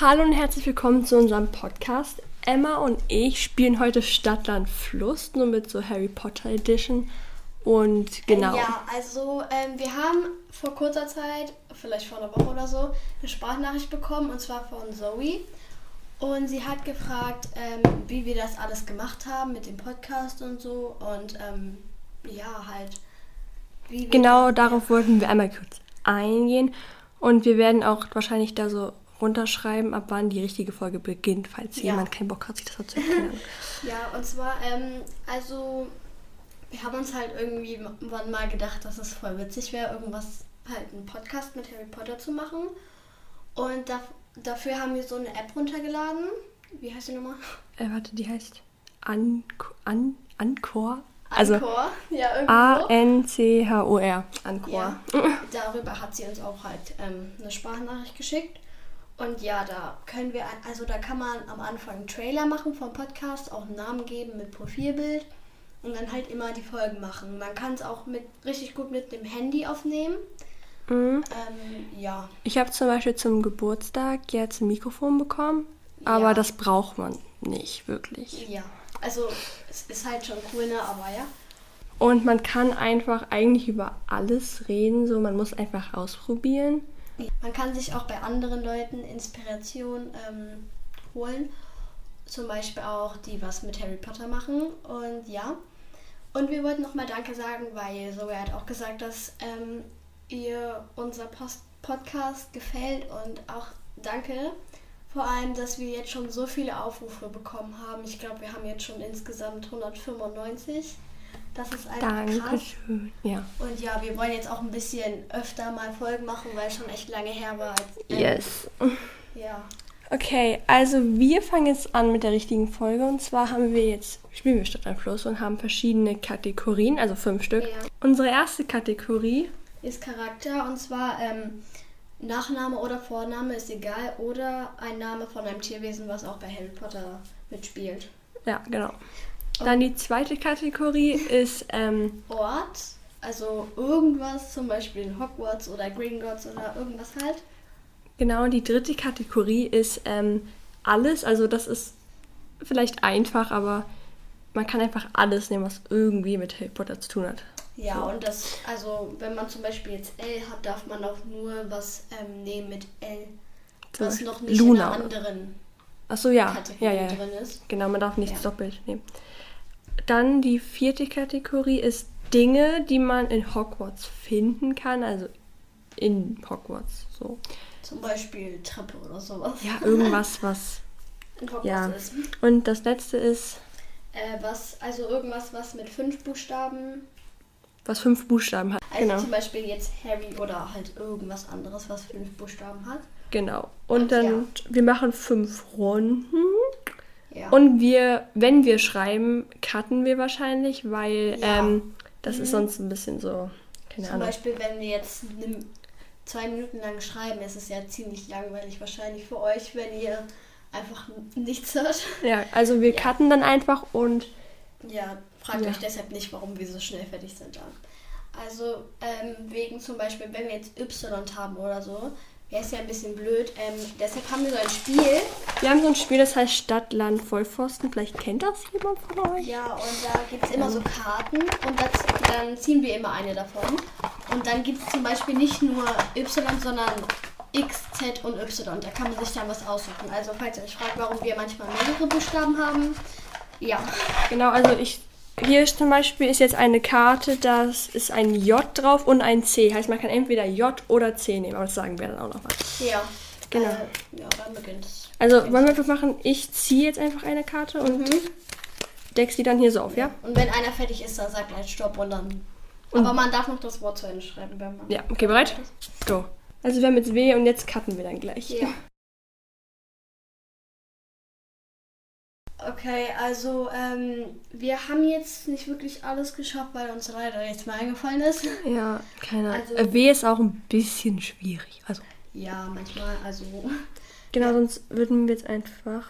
Hallo und herzlich willkommen zu unserem Podcast. Emma und ich spielen heute Stadtland Fluss, nur mit so Harry Potter Edition. Und genau. Ja, also ähm, wir haben vor kurzer Zeit, vielleicht vor einer Woche oder so, eine Sprachnachricht bekommen und zwar von Zoe. Und sie hat gefragt, ähm, wie wir das alles gemacht haben mit dem Podcast und so. Und ähm, ja, halt. Wie wir Genau darauf wollten wir einmal kurz eingehen. Und wir werden auch wahrscheinlich da so runterschreiben, ab wann die richtige Folge beginnt, falls Ja. jemand keinen Bock hat, sich das noch zu erklären. Ja, und zwar, ähm, also wir haben uns halt irgendwie irgendwann mal gedacht, dass es voll witzig wäre, irgendwas, halt einen Podcast mit Harry Potter zu machen. Und da, dafür haben wir so eine App runtergeladen. Wie heißt die nochmal? äh, warte, die heißt An An Anchor. Also Anchor. Ja, irgendwo. A-N-C-H-O-R. Anchor. Ja, darüber hat sie uns auch halt ähm, eine Sprachnachricht geschickt. Und ja, da können wir, ein- also da kann man am Anfang einen Trailer machen vom Podcast, auch einen Namen geben mit Profilbild und dann halt immer die Folgen machen. Man kann es auch mit richtig gut mit dem Handy aufnehmen. Mhm. Ähm, ja, Ich habe zum Beispiel zum Geburtstag jetzt ein Mikrofon bekommen, aber Ja. das braucht man nicht wirklich. ja. Also es ist halt schon cool, ne? Aber ja. Und man kann einfach eigentlich über alles reden, so man muss einfach ausprobieren. Man kann sich auch bei anderen Leuten Inspiration ähm, holen. Zum Beispiel auch die, was mit Harry Potter machen. Und ja. Und wir wollten nochmal Danke sagen, weil Zoe hat auch gesagt, dass ähm, ihr unser Post Podcast gefällt. Und auch danke vor allem, dass wir jetzt schon so viele Aufrufe bekommen haben. Ich glaube, wir haben jetzt schon insgesamt 195. Das ist einfach krass. Dankeschön. Ja. Und ja, wir wollen jetzt auch ein bisschen öfter mal Folgen machen, weil es schon echt lange her war. Als, ähm, Yes. Ja. Okay, also wir fangen jetzt an mit der richtigen Folge und zwar haben wir jetzt spielen wir Stadt am Fluss und haben verschiedene Kategorien, also fünf Stück. Ja. Unsere erste Kategorie Ist Charakter und zwar ähm, Nachname oder Vorname ist egal oder ein Name von einem Tierwesen, was auch bei Harry Potter mitspielt. Ja, genau. Dann die zweite Kategorie ist, ähm, Ort, also irgendwas, zum Beispiel in Hogwarts oder Gringotts oder irgendwas halt. genau, die dritte Kategorie ist ähm, alles. Also das ist vielleicht einfach, aber man kann einfach alles nehmen, was irgendwie mit Harry Potter zu tun hat. Ja, Hm. und das, also wenn man zum Beispiel jetzt L hat, darf man auch nur was ähm, nehmen mit L, Zum was Beispiel noch nicht Luna in einer oder- anderen Achso, ja. Kategorie Ja, ja, ja. drin ist. Genau, man darf nichts Ja. doppelt nehmen. Dann die vierte Kategorie ist Dinge, die man in Hogwarts finden kann. Also in Hogwarts, so. Zum Beispiel Treppe oder sowas. Ja, irgendwas, was. In Hogwarts Ja. ist. Und das letzte ist, Äh, was, also irgendwas, was mit fünf Buchstaben. was fünf Buchstaben hat. Genau. Also zum Beispiel jetzt Harry oder halt irgendwas anderes, was fünf Buchstaben hat. Genau. Und Ach, dann, ja. wir machen fünf Runden. Ja. Und wir, wenn wir schreiben, cutten wir wahrscheinlich, weil Ja. Mhm. ähm, das ist sonst ein bisschen so, keine zum Ahnung. Beispiel, wenn wir jetzt ne, zwei Minuten lang schreiben, ist es ja ziemlich langweilig wahrscheinlich für euch, wenn ihr einfach n- nichts hört. Ja, also wir cutten dann einfach und Ja, fragt Ja. euch deshalb nicht, warum wir so schnell fertig sind dann. Also ähm, wegen zum Beispiel, wenn wir jetzt Y haben oder so, wäre es ja ein bisschen blöd. Ähm, deshalb haben wir so ein Spiel. wir haben so ein Spiel, das heißt Stadt, Land, Vollpfosten. Vielleicht kennt das jemand von euch? Ja, und da gibt es immer so Karten und das, dann ziehen wir immer eine davon. Und dann gibt es zum Beispiel nicht nur Y, sondern X, Z und Y. Da kann man sich dann was aussuchen. Also falls ihr euch fragt, warum wir manchmal mehrere Buchstaben haben. Ja, Genau, also ich. Hier ist zum Beispiel ist jetzt eine Karte, das ist ein J drauf und ein C. Heißt, man kann entweder J oder C nehmen, aber das sagen wir dann auch noch mal. ja. Genau. Äh, ja, dann beginnt's. Also wollen wir einfach machen, ich ziehe jetzt einfach eine Karte und Mhm. deck sie dann hier so auf, ja? Und wenn einer fertig ist, dann sagt er Stopp und dann. Aber man darf noch das Wort zu Ende schreiben, wenn man. Ja, okay, bereit? Go. Also wir haben jetzt W und jetzt cutten wir dann gleich. Ja. Okay, also ähm, wir haben jetzt nicht wirklich alles geschafft, weil uns leider nichts mehr eingefallen ist. Ja, keine Ahnung. Also- Äh, w ist auch ein bisschen schwierig. Also Ja, manchmal, also. genau, sonst würden wir jetzt einfach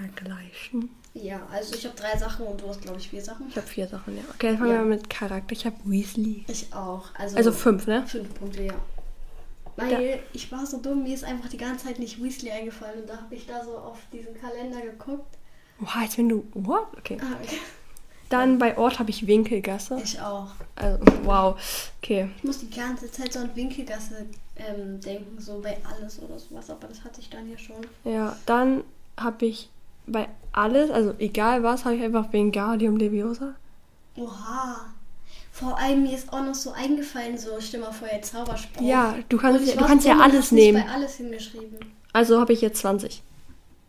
vergleichen. Ja, also ich habe drei Sachen und du hast, glaube ich, vier Sachen. Ich habe vier Sachen, ja. Okay, dann fangen Ja. wir mit Charakter. Ich habe Weasley. Ich auch. Also, Also fünf, ne? fünf Punkte, ja. Weil ich war so dumm, mir ist einfach die ganze Zeit nicht Weasley eingefallen und da habe ich da so auf diesen Kalender geguckt. Oha, jetzt wenn du. What? Okay. Ah, okay. Dann bei Ort habe ich Winkelgasse. Ich auch. Also, wow. Okay. Ich muss die ganze Zeit so an Winkelgasse ähm, denken, so bei alles oder sowas, aber das hatte ich dann ja schon. Ja, dann habe ich bei alles, also egal was, habe ich einfach Wingardium Leviosa. Oha. Vor allem mir ist auch noch so eingefallen, so stell mal vor, jetzt Zauberspruch. Ja, du Und kannst, ich ja- du war kannst so ja dumm und alles hab's nicht nehmen. bei alles hingeschrieben. Also habe ich jetzt 20.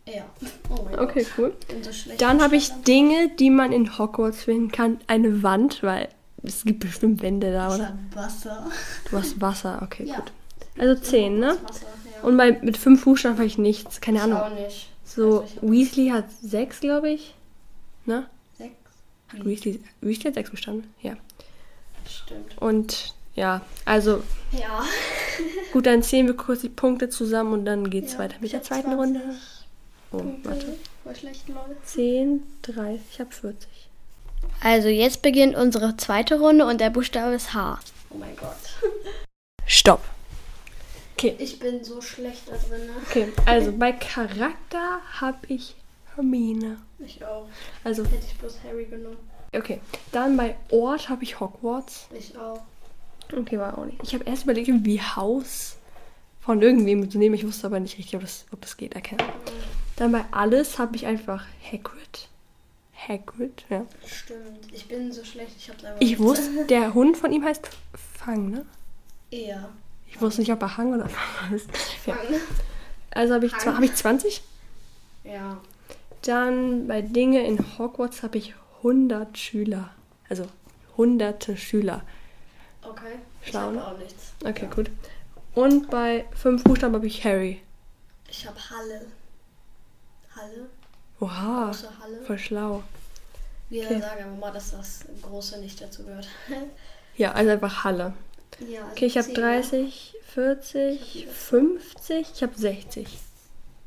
Ja. Oh mein Okay, Gott. cool. Ich bin so schlecht. Dann habe ich Ich Dinge, die man in Hogwarts finden kann. Eine Wand, weil es gibt bestimmt Wände da, oder? hab Wasser. Du hast Wasser, okay, Ja. gut. Also 10, ne? Das Wasser, ja. Und bei, mit 5 Buchstaben habe ich nichts, keine ich Ahnung. auch nicht. So, Also ich hab Weasley hat 6, glaube ich. Ne? sechs. Weasley, Weasley hat 6 bestanden, ja. Stimmt. Und ja, also Ja. gut, dann zählen wir kurz die Punkte zusammen und dann geht's ja. weiter mit Ich der hab zweiten 20 Runde. Oh, Punkte. warte. Voll schlecht, Leute. 10, 3, ich habe 40. Also jetzt beginnt unsere zweite Runde und der Buchstabe ist H. Oh mein Gott. Stopp. Okay, Ich bin so schlecht da drin. ne? okay. Also bei Charakter habe ich Hermine. Ich auch. Also, Hätte ich bloß Harry genommen. okay. Dann bei Ort habe ich Hogwarts. Ich auch. Okay, war auch nicht. Ich habe erst überlegt, wie Haus von irgendwem zu nehmen. Ich wusste aber nicht richtig, ob das, ob das geht. Okay. Dann bei alles habe ich einfach Hagrid. Hagrid, ja. Stimmt. Ich bin so schlecht. Ich hab's einfach. Ich wusste, der Hund von ihm heißt Fang, ne? Eher. Ich wusste nicht, ob er Hang oder Fang ist. Ja. Fang. Also habe ich, zwa- Fang. hab ich 20. Ja. Dann bei Dinge in Hogwarts habe ich 100 Schüler. Also hunderte Schüler. Okay. Schlau, ich ne? hab auch nichts. Okay, gut. Und bei fünf Buchstaben habe ich Harry. Ich hab Halle. Halle? Oha, Große Halle? voll schlau. Wir okay. sagen aber mal, dass das Große nicht dazu gehört. Ja, also einfach Halle. ja, also Okay, ich habe zehn, 30, 40, 50, ich habe 60.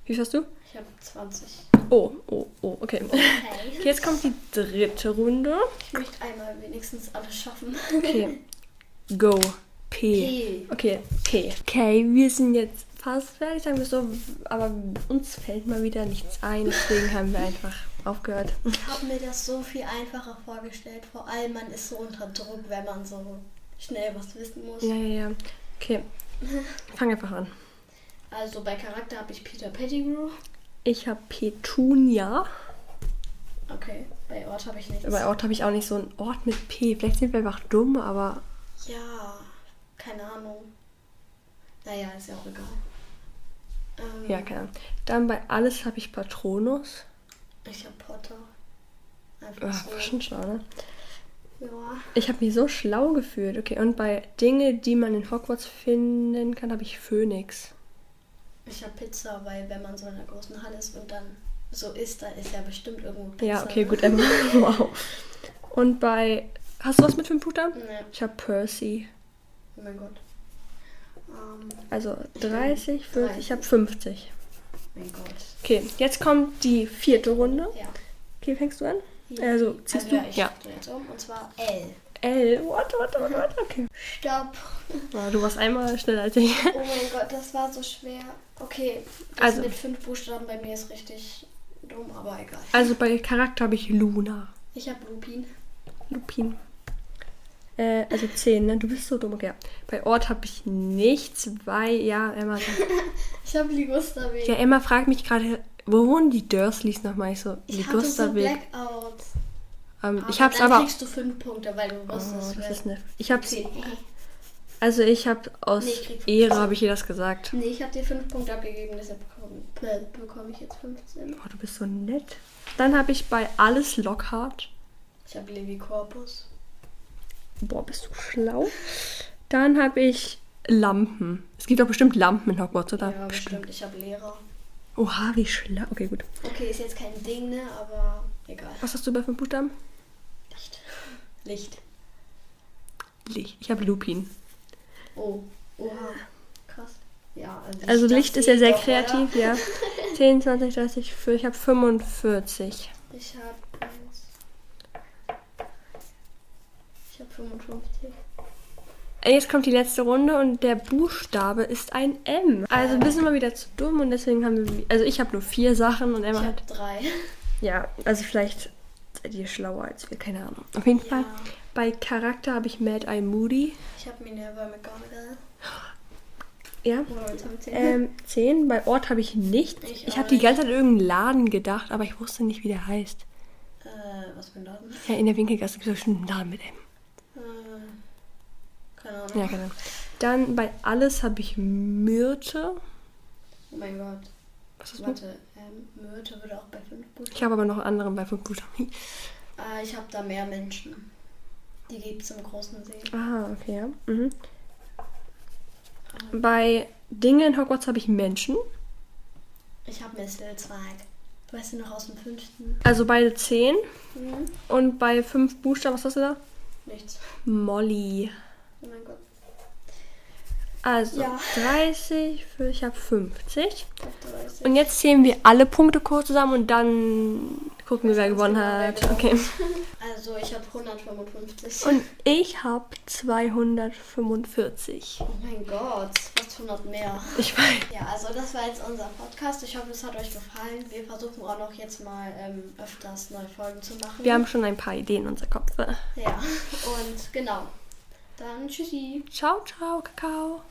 Wie viel hast du? Ne? Ich hab 20. Oh, oh, oh, okay. Okay. Okay, jetzt kommt die dritte Runde. Ich möchte einmal wenigstens alles schaffen. E. Okay. Go. P. P. Okay, P. Okay, wir sind jetzt fast fertig, sagen wir so, aber uns fällt mal wieder nichts ein, deswegen haben wir einfach aufgehört. Ich habe mir das so viel einfacher vorgestellt. Vor allem, man ist so unter Druck, wenn man so schnell was wissen muss. Ja, ja, ja. Okay, fang einfach an. Also bei Charakter habe ich Peter Pettigrew. Ich habe Petunia. Okay, bei Ort habe ich nichts. Bei Ort habe ich auch nicht so einen Ort mit P. Vielleicht sind wir einfach dumm, aber ja, keine Ahnung. Naja, ist ja auch egal. Ähm, Ja, keine Ahnung. Dann bei alles habe ich Patronus. Ich habe Potter. Einfach Ach, so. schon schlau, ne? Ja. Ich habe mich so schlau gefühlt. Okay, und bei Dinge, die man in Hogwarts finden kann, habe ich Phönix. Ich habe Pizza, weil wenn man so in einer großen Halle ist und dann so isst, dann ist ja bestimmt irgendwo Pizza. Ja, okay, gut, Emma. wow. Und bei. Hast du was mit fünf Buchstaben? Nee, Ich habe Percy. oh mein Gott. Ähm, Also 30, 40, ich habe 50. mein Gott. Okay, jetzt kommt die vierte Runde. Ja. Okay, fängst du an? Also ziehst also, du? Ja, ich Ja. drehe jetzt um und zwar L. L. What, what, what, what? Okay. Stopp. Ja, du warst einmal schneller als ich. Oh mein Gott, das war so schwer. Okay, das Also- also mit fünf Buchstaben bei mir ist richtig dumm, aber egal. Also bei Charakter habe ich Luna. Ich habe Lupin. Lupin. Äh, also 10, ne? Du bist so dumm, okay. ja. Bei Ort habe ich nichts, weil, ja, Emma. Ich habe Ligusterweg. Ja, Emma fragt mich gerade, wo wohnen die Dursleys nochmal? Ich so, ich hatte so Ligusterweg. Blackout. ähm, ich hab's Ah, dann aber. kriegst du fünf Punkte, weil du Oh, wusstest, das wer- ist eine, ich hab's. Okay. Also ich hab aus Nee, ich krieg- Ehre habe ich dir das gesagt. Nee, ich habe dir fünf Punkte abgegeben, deshalb bekomme bekomm ich jetzt 15. Boah, du bist so nett. Dann habe ich bei alles Lockhart. Ich habe Levi Corpus. Boah, bist du schlau. Dann habe ich Lampen. Es gibt doch bestimmt Lampen in Hogwarts, oder? ja, bestimmt. Ich habe Lehrer. Oha, wie schlau. Okay, gut. Okay, ist jetzt kein Ding, ne? Aber egal. Was hast du bei fünf Buchstaben? Licht. Licht. Licht. Ich habe Lupin. Oh. Oha. Krass. Ja, Also das Licht ist ja geht sehr doch, oder? kreativ, ja. 10, 20, 30, 40. Ich habe 45. Ich habe eins. Ich habe 55. Jetzt kommt die letzte Runde und der Buchstabe ist ein M. Also wir sind mal wieder zu dumm und deswegen haben wir. Also ich habe nur vier Sachen und Ich Emma hat. habe drei. Ja, also vielleicht seid ihr schlauer als wir, keine Ahnung. Auf jeden Fall. Bei Charakter habe ich Mad Eye Moody. Ich habe Minerva McGonagall. Ja. Oder something. Ähm, 10. Bei Ort habe ich nichts. Mhm. Ich Ich, auch habe die nicht. ganze Zeit an irgendeinen Laden gedacht, aber ich wusste nicht, wie der heißt. Äh, was für ein Laden? Ja, in der Winkelgasse gibt es bestimmt einen Laden mit M. Äh, keine Ahnung. Ja, genau. Dann bei alles habe ich Myrte. Oh mein Gott. Was ist das? Warte, ähm, Myrte würde auch bei 5 gut. Ich habe aber noch einen anderen bei 5 Buchstaben. Ah, ich habe da mehr Menschen. Die gibt es im großen See. Ah, okay, ja. Mhm. Bei Dinge in Hogwarts habe ich Menschen. Ich habe Mistelzweig. Weißt du noch aus dem fünften? Also beide 10. Hm, Und bei 5 Buchstaben, was hast du da? nichts. Molly. Oh mein Gott. Also Ja. 30, für- ich habe 50. Ich hab da weiß ich. Und jetzt zählen wir alle Punkte kurz zusammen und dann gucken wir, wer gewonnen hat. Okay. Also, ich habe 155. Und ich habe 245. oh mein Gott, fast 100 mehr. Ich weiß. Ja, also das war jetzt unser Podcast. Ich hoffe, es hat euch gefallen. Wir versuchen auch noch jetzt mal ähm, öfters neue Folgen zu machen. Wir haben schon ein paar Ideen in unser Kopf. Ja, und genau. Dann tschüssi. Ciao, ciao, Kakao.